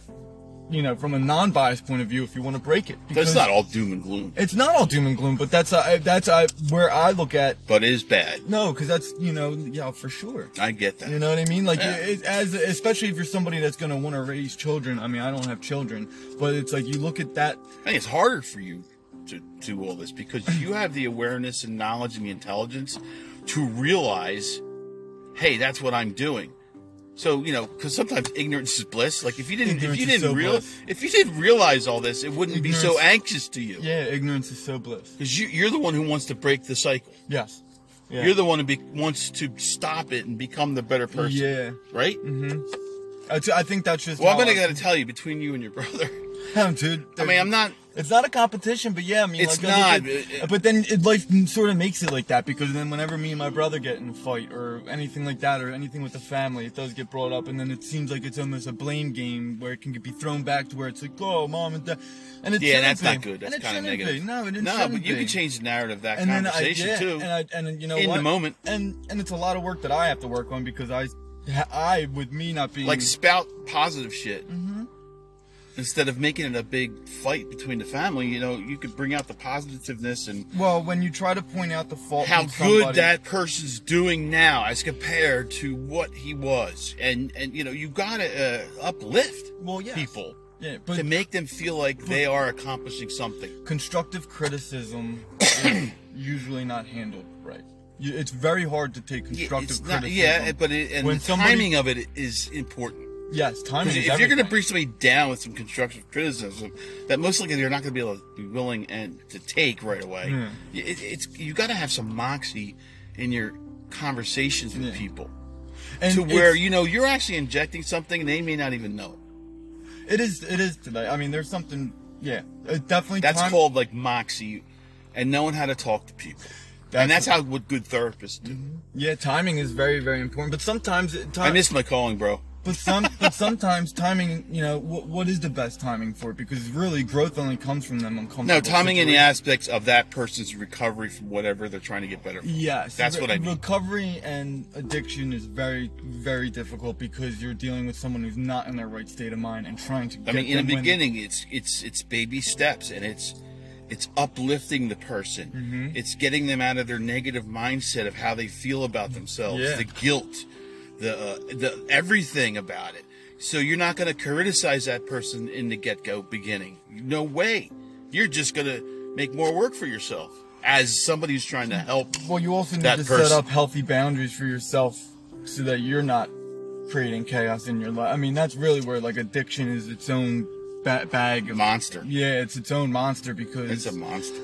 C: you know from a non-biased point of view if you want to break it
B: That's
C: because
B: not all doom and gloom,
C: it's not all doom and gloom but that's uh, that's uh, where i look at
B: but it is bad.
C: no because that's you know yeah for sure
B: I get that.
C: you know what I mean? Like,
B: Yeah.
C: it, as especially if you're somebody that's gonna want to raise children. I mean, I don't have children, but it's like you look at that.
B: I think it's harder for you to do all this because you have the awareness and knowledge and the intelligence to realize, hey, that's what I'm doing. So you know, because sometimes ignorance is bliss. Like if you didn't, if
C: Ignorance
B: you
C: is
B: didn't
C: so
B: real,
C: bliss.
B: if you didn't realize all this, it wouldn't be so
C: Ignorance-
B: anxious to you.
C: Yeah, ignorance is so bliss.
B: Because you, you're the one who wants to break the cycle.
C: Yes. Yeah.
B: You're the one who be, wants to stop it and become the better person.
C: Yeah. Mm-hmm.
B: Right.
C: I, t- I think that's just.
B: Well, I'm
C: how
B: gonna
C: I-
B: gotta tell you between you and your [LAUGHS] brother.
C: Damn, [LAUGHS] dude.
B: I mean, I'm not.
C: It's not a competition, but yeah, I mean,
B: It's
C: like, I look
B: not,
C: at-
B: it- it-
C: but then it, life sort of makes it like that because then whenever me and my brother get in a fight or anything like that or anything with the family, it does get brought up, and then it seems like it's almost a blame game where it can be thrown back to where it's like, oh, mom and dad, and it
B: Yeah,
C: shouldn't
B: that's not
C: be.
B: good.
C: And
B: That's
C: it
B: kind of
C: shouldn't be.
B: negative.
C: No, it
B: no,
C: shouldn't
B: but you
C: be.
B: can change the narrative of that
C: and then I,
B: conversation
C: yeah,
B: too.
C: and I and you know
B: in the
C: what?
B: moment.
C: and and it's a lot of work that I have to work on because I, I with me not being
B: like spout positive shit
C: Mm-hmm.
B: instead of making it a big fight between the family you know you could bring out the positiveness and
C: well when you try to point out the fault
B: how
C: in somebody,
B: good that person's doing now as compared to what he was and and you know you gotta uh, uplift
C: well yeah
B: people
C: yeah but
B: to make them feel like they are accomplishing something
C: constructive criticism is [COUGHS] usually not handled right. You, it's very hard to take
B: Yeah,
C: constructive
B: it's not-
C: criticism.
B: yeah but it, and
C: When
B: the
C: somebody-
B: timing of it is important
C: yes, timing.
B: Because
C: Is
B: if you're going to
C: everything.
B: bring somebody down with some constructive criticism that most likely they're not going to be able to be willing and to take right away,
C: Yeah.
B: y- it, it's you got to have some moxie in your conversations with
C: Yeah.
B: people
C: and
B: to where
C: it's-
B: you know you're actually injecting something and they may not even know.
C: it is, it is today. I mean, there's something. Yeah, it definitely.
B: That's
C: time-
B: called like moxie, and knowing how to talk to people, and that's how
C: That's-
B: what good therapists do.
C: Yeah, timing is very, very important. But sometimes, it-
B: I
C: time,
B: miss my calling, bro.
C: but some, but sometimes timing. You know, what, what is the best timing for it? Because really, growth only comes from them uncomfortable.
B: No, timing in the
C: situations.
B: aspects of that person's recovery from whatever they're trying to get better. From.
C: Yes,
B: That's what I mean.
C: Recovery and addiction is very, very difficult because you're dealing with someone who's not in their right state of mind and trying to.
B: I
C: Get
B: mean, in
C: them
B: the
C: when-
B: beginning, it's it's it's baby steps, and it's it's uplifting the person.
C: Mm-hmm.
B: It's getting them out of their negative mindset of how they feel about themselves,
C: Yeah.
B: the guilt, the uh, the everything about it. So you're not going to criticize that person in the get go beginning. No way. You're just going to make more work for yourself as somebody who's trying to help.
C: well, you also need
B: that
C: to set
B: person.
C: up healthy boundaries for yourself so that you're not creating chaos in your life. I mean, that's really where like addiction is its own ba- bag of
B: Monster.
C: Yeah, it's its own monster because
B: It's a monster.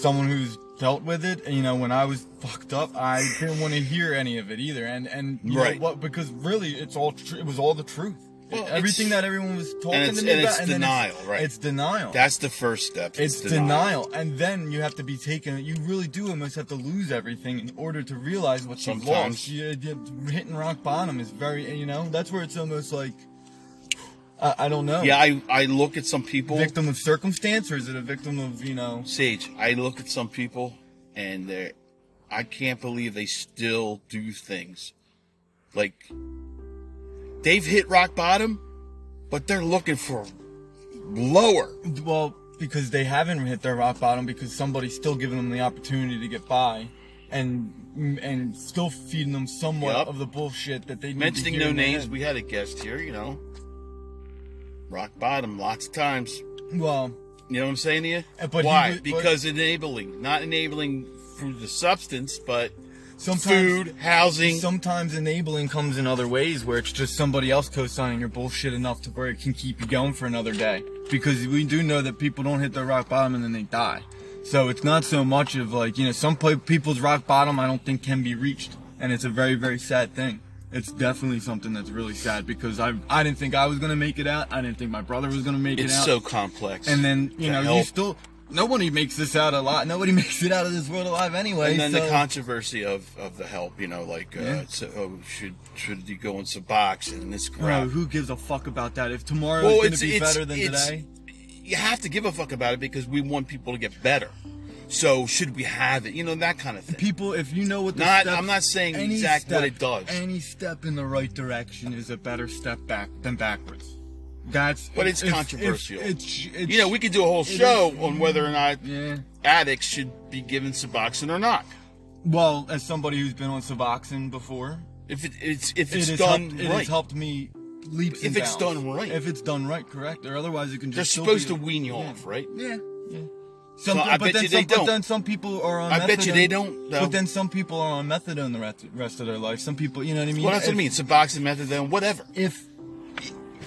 C: someone who's dealt with it and, you know when i was fucked up i didn't want to hear any of it either and and you
B: Right.
C: know what because really it's all tr- it was all the truth
B: Well, it's-
C: everything that everyone was talking
B: it's-
C: to me
B: and
C: about
B: it's
C: then
B: denial, right.
C: it's denial
B: That's the first step.
C: it's denial. and then you have to be taken. You really do almost have to lose everything in order to realize what you've
B: Sometimes.
C: lost. You, you- hitting rock bottom is very, you know, that's where it's almost like I, I don't know.
B: Yeah, I, I look at some people.
C: victim of circumstance, or is it a victim of you know?
B: Sage, I look at some people and they I can't believe they still do things. Like they've hit rock bottom, but they're looking for lower.
C: Well, because they haven't hit their rock bottom because somebody's still giving them the opportunity to get by, and m- and still feeding them somewhat
B: Yup.
C: of the bullshit that they need to
B: Mentioning
C: hear
B: no
C: in their
B: names,
C: head.
B: we had a guest here, you know. Rock bottom lots of times.
C: well,
B: You know what I'm saying to you?
C: Uh, but he
B: Why?
C: was- but-
B: because enabling, not enabling through the substance, but
C: sometimes
B: food, housing.
C: Sometimes enabling comes in other ways where it's just somebody else co-signing your bullshit enough to where it can keep you going for another day. Because we do know that people don't hit their rock bottom and then they die. So it's not so much of like, you know, some pe- people's rock bottom I don't think can be reached. And it's a very, very sad thing. It's definitely something that's really sad because I, I didn't think I was going to make it out. I didn't think my brother was going to make
B: it's
C: it out.
B: so complex.
C: and then, you
B: to
C: know, you
B: help.
C: still, nobody makes this out alive. Nobody [LAUGHS] makes it out of this world alive anyway.
B: and then
C: so-
B: the controversy of, of the help, you know, like uh,
C: Yeah.
B: so, oh, should should you go in some box and this crap?
C: Oh, who gives a fuck about that? If tomorrow's
B: Well,
C: gonna
B: it's-
C: be
B: it's-
C: better than
B: it's-
C: today,
B: you have to give a fuck about it because we want people to get better. So should we have it? You know that kind of thing.
C: people, if you know what the
B: Not-
C: steps-
B: I'm not saying
C: any
B: exact what
C: step-
B: it does.
C: Any step in the right direction is a better step back than backwards. That's
B: But it's
C: if- if-
B: controversial.
C: it's, it's
B: you know, we could do a whole
C: is-
B: show on whether or not
C: yeah.
B: addicts should be given Suboxone or not.
C: Well, as somebody who's been on Suboxone before,
B: If it, it's if
C: it
B: it's
C: has
B: done
C: helped, it has
B: right,
C: helped me leaps.
B: If
C: and
B: it's
C: bounds.
B: done right.
C: if it's done right, correct, or otherwise it can
B: they're
C: just. still
B: supposed
C: be-
B: to wean you
C: yeah.
B: off, right?
C: Yeah, yeah.
B: So I bet
C: but then
B: you
C: some,
B: they
C: but
B: don't.
C: then some people are on.
B: I bet you they
C: methadone-
B: don't, though.
C: But then some people are on methadone the rest- rest of their life. Some people, you know what I mean?
B: Well, that's what I
C: If-
B: mean. Suboxone, methadone, whatever.
C: If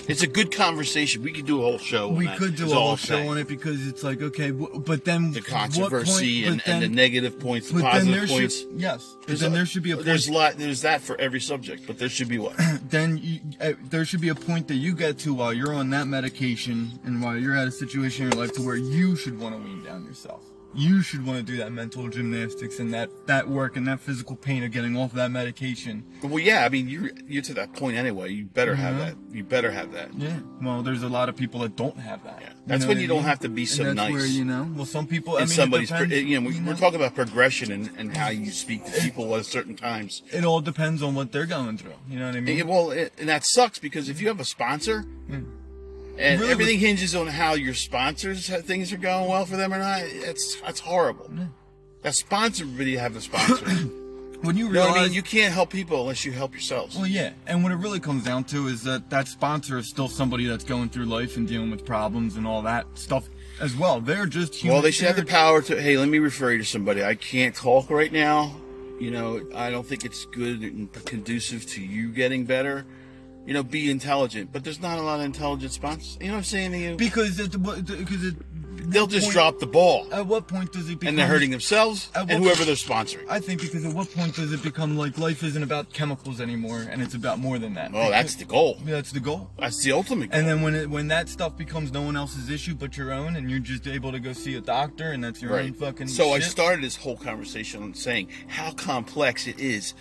B: It's a good conversation. We could do a whole show.
C: we
B: on that,
C: could do
B: is
C: a
B: all
C: whole
B: I'm
C: show
B: saying.
C: on it because it's like okay, w- but then
B: the
C: what
B: controversy
C: point-
B: and,
C: but
B: and the
C: then-
B: negative points, the
C: But then there
B: positive
C: should
B: points.
C: yes, but
B: There's
C: then
B: a-
C: there should be a
B: there's
C: point.
B: lot there's that for every subject, but there should be
C: [CLEARS THROAT]
B: what
C: Then you, uh, there should be a point that you get to while you're on that medication and while you're at a situation in your life to where you should want to wean down yourself. You should want to do that mental gymnastics and that that work and that physical pain of getting off that medication.
B: well, yeah. I mean, you you're to that point anyway. You better have
C: Mhm.
B: that. You better have that.
C: Yeah. Well, there's a lot of people that don't have that.
B: Yeah. That's when
C: what
B: you
C: I
B: don't
C: mean?
B: have to be so
C: and that's
B: nice.
C: Where, you know, well, some people. I
B: And
C: mean, it
B: somebody's, pro-
C: depends,
B: you know, we,
C: you
B: we're
C: know?
B: talking about progression and, and how you speak to people at certain times.
C: It all depends on what they're going through. You know what I mean?
B: And, well, it, and that sucks because if you have a sponsor, and
C: Hmm. Really,
B: everything hinges on how your sponsors how things are going well for them or not, that's that's horrible.
C: Hmm.
B: That sponsor really have a sponsor.
C: [CLEARS THROAT]
B: you
C: when you
B: know
C: realize,
B: what I mean? You can't help people unless you help yourselves.
C: well, yeah. And what it really comes down to is that that sponsor is still somebody that's going through life and dealing with problems and all that stuff as well. They're just human.
B: Well, they should have the
C: they're-
B: power to. Hey, let me refer you to somebody. I can't talk right now. You know, I don't think it's good and conducive to you getting better. You know, be intelligent. But there's not a lot of intelligent sponsors. You know what I'm saying to you?
C: because it, what- because it,
B: They'll just
C: point- Uh,
B: drop the ball,
C: At what point does it become?
B: and they're hurting themselves
C: At
B: and
C: what-
B: whoever they're sponsoring.
C: I think because at what point does it become like life isn't about chemicals anymore and it's about more than that?
B: Oh, that's the goal.
C: that's the goal.
B: That's the ultimate. Goal.
C: And then when it, when that stuff becomes no one else's issue but your own, and you're just able to go see a doctor, and that's your own fucking.
B: So I
C: shit.
B: started this whole conversation on saying how complex it is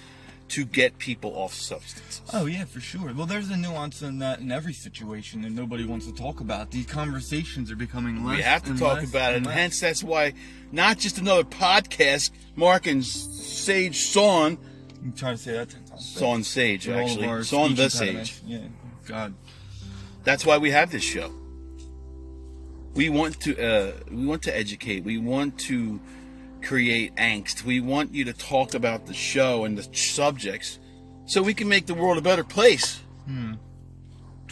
B: to get people off substances.
C: Oh yeah, for sure. Well, there's a nuance in that in every situation that nobody wants to talk about. These conversations are becoming less.
B: We have to
C: and
B: talk
C: less
B: about it,
C: and
B: and
C: less.
B: hence that's why not just another podcast. Mark and Sage Sawn,
C: I'm trying to say that ten times.
B: Sawn Sage
C: All of our
B: actually, Sawn
C: speech
B: the
C: impediment.
B: Sage.
C: Yeah. God.
B: That's why we have this show. We want to uh, we want to educate. We want to create angst. We want you to talk about the show and the subjects, so we can make the world a better place.
C: Hmm.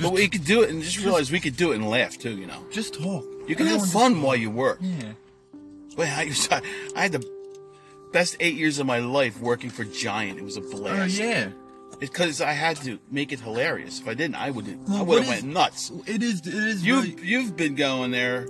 B: but we could do it, and just realize we could do it and laugh too. You know,
C: Just talk.
B: you can have
C: Everyone
B: fun while you work.
C: Just, yeah.
B: Wait, I, was- I had the best eight years of my life working for Giant. It was a
C: Oh
B: blast.
C: yeah.
B: Because I had to make it hilarious. If I didn't, I wouldn't. I
C: Well,
B: would
C: what
B: have
C: is-
B: went nuts.
C: It is. It is.
B: You
C: really-
B: you've been going there,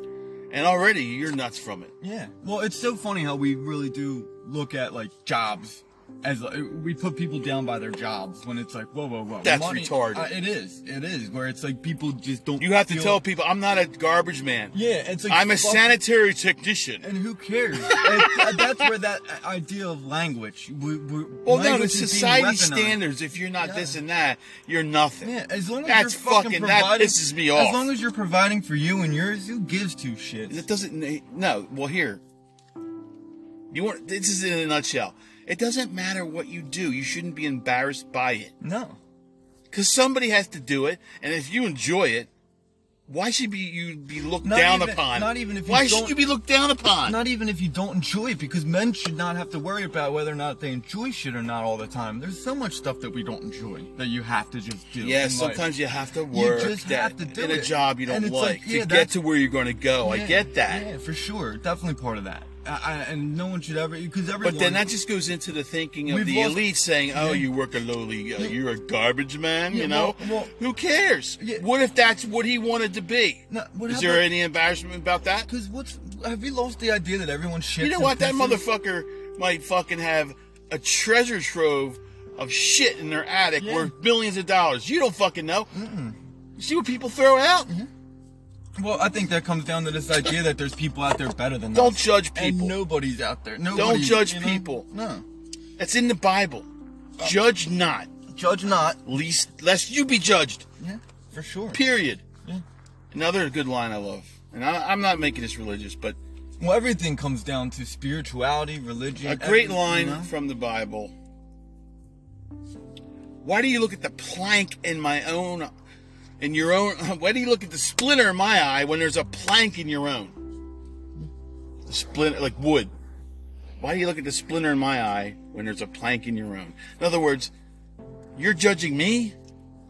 B: and already you're nuts from it.
C: Yeah. Well, it's so funny how we really do look at like jobs as uh, we put people down by their jobs when it's like whoa whoa whoa.
B: That's retarded.
C: Uh, it is. It is where it's like people just don't.
B: You have to
C: feel-
B: tell people I'm not a garbage man.
C: Yeah, it's like
B: I'm a
C: fuck-
B: sanitary technician.
C: And who cares? And uh, that's where that idea of language. We, we,
B: Well, no,
C: language
B: it's
C: is being
B: society
C: weaponized.
B: standards. If you're not
C: Yeah.
B: this and that, you're nothing.
C: Yeah, as long as
B: That's
C: you're fucking,
B: fucking- that
C: providing,
B: pisses me off.
C: As long as you're providing for you and yours, who gives two shits?
B: It doesn't. No. Well, here. You want this is in a nutshell. It doesn't matter what you do. You shouldn't be embarrassed by it
C: No.
B: because somebody has to do it, and if you enjoy it, Why should be you be looked
C: Not
B: down
C: even-
B: upon?
C: not even if you
B: Why
C: don't-
B: should you be looked down upon?
C: Not even if you don't enjoy it, because men should not have to worry about whether or not they enjoy shit or not all the time. There's so much stuff that we don't enjoy that you have to just do.
B: yeah,
C: in life.
B: sometimes you have to
C: You
B: work
C: just
B: that-
C: have to do
B: in a
C: it.
B: job you don't
C: And it's
B: like
C: like, yeah,
B: to get
C: that's-
B: to where you're going to go. oh, I
C: Yeah,
B: get that.
C: Yeah, for sure, definitely part of that. I, I, and no one should ever because everyone.
B: But then that just goes into the thinking of
C: We've
B: the
C: lost-
B: elite saying, "Oh,
C: Yeah.
B: you work a lowly, uh, you're a garbage man."
C: Yeah,
B: you know,
C: well- well-
B: who cares?
C: Yeah.
B: What if that's what he wanted to be?
C: No, what
B: Is there
C: happened-
B: any embarrassment about that?
C: because what's have you lost the idea that everyone shits?
B: You know
C: and
B: what? That
C: pisses?
B: motherfucker might fucking have a treasure trove of shit in their attic
C: Yeah.
B: worth billions of dollars. You don't fucking know. You see what people throw out?
C: Mm-hmm. Well, I think that comes down to this idea that there's people out there better than
B: Don't
C: us.
B: judge
C: And
B: people.
C: nobody's out there. Nobody,
B: judge
C: you know?
B: people.
C: No,
B: That's in the Bible.
C: Uh,
B: Judge not,
C: judge not.
B: least lest you be judged.
C: Yeah, for sure.
B: Period.
C: Yeah.
B: Another good line I love, and I, I'm not making this religious, but
C: Well, everything comes down to spirituality, religion.
B: a great
C: everything,
B: line
C: you know?
B: from the Bible. Why do you look at the plank in my own, in your own? [LAUGHS] Why do you look at the splinter in my eye when there's a plank in your own? The splinter, like wood. Why do you look at the splinter in my eye when there's a plank in your own? In other words, you're judging me.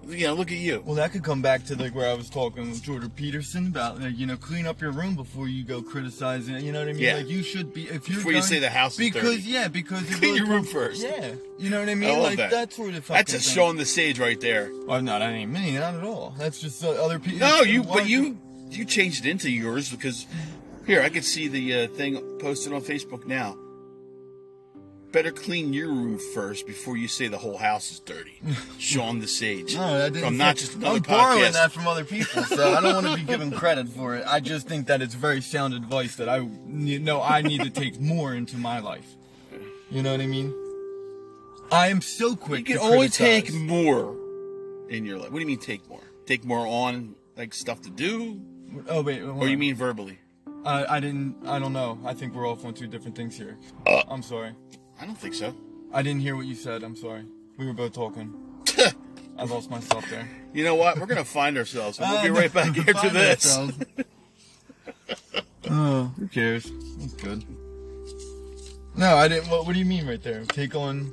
B: You know, look at you.
C: Well, that could come back to like where I was talking with Jordan Peterson about like, you know clean up your room before you go criticizing. it, You know what I mean?
B: Yeah.
C: Like you should be if you're
B: Before you
C: going-
B: say the house is
C: because
B: dirty.
C: yeah because it
B: Clean
C: really
B: your [LAUGHS] room
C: comes-
B: first.
C: Yeah, you know what I mean?
B: I love
C: like
B: that.
C: sort of fucking
B: That's a
C: thing.
B: show on the stage right there.
C: Well, Oh, no, that ain't me. Not at all. That's just uh, other people.
B: No, you
C: Why-
B: but you you changed it into yours because here I could see the uh, thing posted on Facebook now. Better clean your room first before you say the whole house is
C: [LAUGHS]
B: dirty. Sean the Sage.
C: No, that didn't
B: from not
C: say-
B: just another
C: I'm
B: podcast.
C: borrowing that from other people, so I don't want to be given credit for it. I just think that it's very sound advice that I ne- know I need to take more into my life. You know what I mean? I am so quick.
B: You can
C: to
B: only
C: criticize.
B: take more in your life. What do you mean take more? Take more on like stuff to do,
C: Oh wait. hold
B: or you
C: on.
B: mean verbally?
C: I, I didn't. I don't know. I think we're off on two different things here.
B: Uh.
C: I'm sorry.
B: I don't think so.
C: I didn't hear what you said. I'm sorry. We were
B: [LAUGHS]
C: both talking. I lost myself there.
B: You know what? We're gonna find ourselves. and
C: Uh,
B: We'll be
C: no,
B: right
C: [LAUGHS]
B: back here to
C: find
B: this.
C: ourselves. oh, who cares? That's good. No, I didn't. What, what do you mean right there? Take on.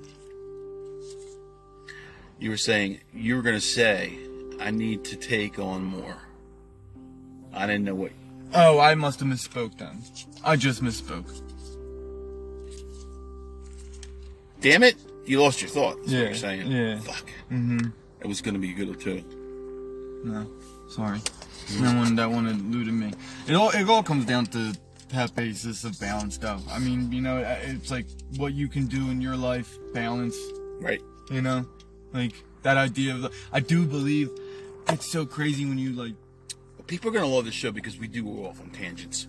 B: you were saying you were going to say i need to take on more i didn't know what
C: Oh, I must have misspoke then. I just misspoke.
B: damn it you lost your thought is what
C: Yeah,
B: you're saying
C: yeah.
B: fuck
C: Mm-hmm.
B: it was going to be good too
C: No, sorry. No one that one eluded me. It all it all comes down to that basis of balance, though. I mean, you know, it's like what you can do in your life, balance.
B: right
C: you know like that idea of i do believe it's so crazy when you like
B: people are going to love this show because we do go off on tangents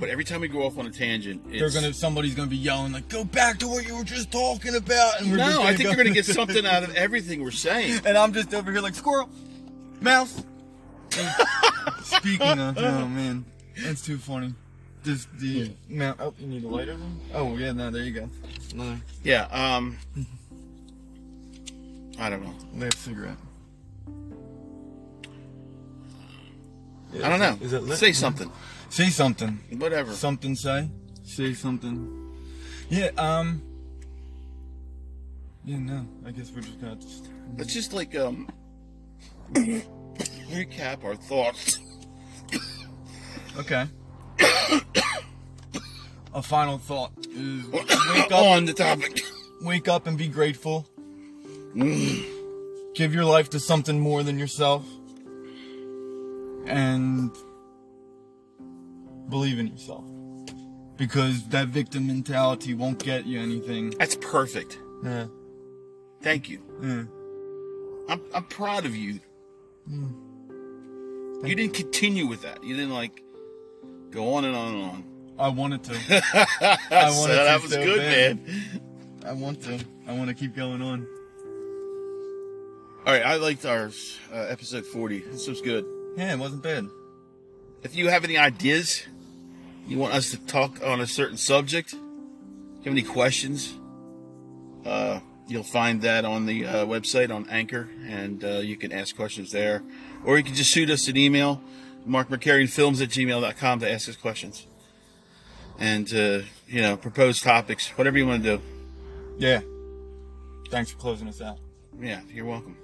B: but every time we go off on a tangent it's,
C: Mm-hmm. they're gonna somebody's gonna be yelling like go back to what you were just talking about and we're just [LAUGHS]
B: no
C: gonna
B: i think
C: go-
B: they're going to get
C: [LAUGHS]
B: something out of everything we're saying
C: and i'm just over here like squirrel mouse speaking of oh man that's too funny this the mou- oh you need a lighter one? oh yeah no there you go another
B: yeah um i don't know
C: lit cigarette
B: i don't know
C: Is it lit?
B: say something
C: say something
B: whatever
C: something say say something yeah um yeah no i guess we're just gonna
B: let's just like um recap our thoughts
C: okay [COUGHS] a final thought is wake up
B: on the topic
C: wake up and be grateful give your life to something more than yourself and believe in yourself because that victim mentality won't get you anything
B: That's perfect.
C: yeah
B: Thank you.
C: yeah
B: I'm, I'm proud of you.
C: Hmm.
B: You
C: you.
B: didn't continue with that. You didn't like go on and on and on.
C: I wanted
B: [LAUGHS]
C: to. I
B: So
C: wanted
B: that was
C: so
B: good,
C: bad.
B: man.
C: I want to. I want to keep going on.
B: All right, I liked our uh, episode 40. This was good.
C: Yeah, it wasn't bad.
B: If you have any ideas, you want us to talk on a certain subject, you have any questions, uh, you'll find that on the uh, website on Anchor, and uh, you can ask questions there, or you can just shoot us an email Mark McCarrion Films at gmail.com to ask us questions. And, uh, you know, propose topics, whatever you want to do.
C: Yeah. Thanks for closing us out.
B: Yeah, you're welcome.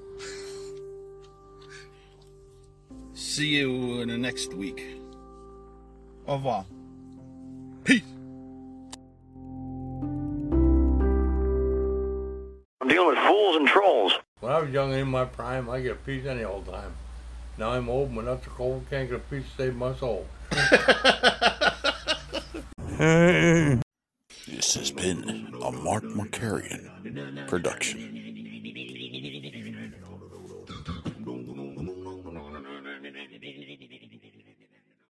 B: See you in the next week.
C: Au revoir.
B: Peace.
D: I'm dealing with fools and trolls.
E: When I was young and in my prime, I get a piece any old time. Now I'm old and enough to cold, can't get a piece to save my soul.
A: This has been a Mark McCarrion production.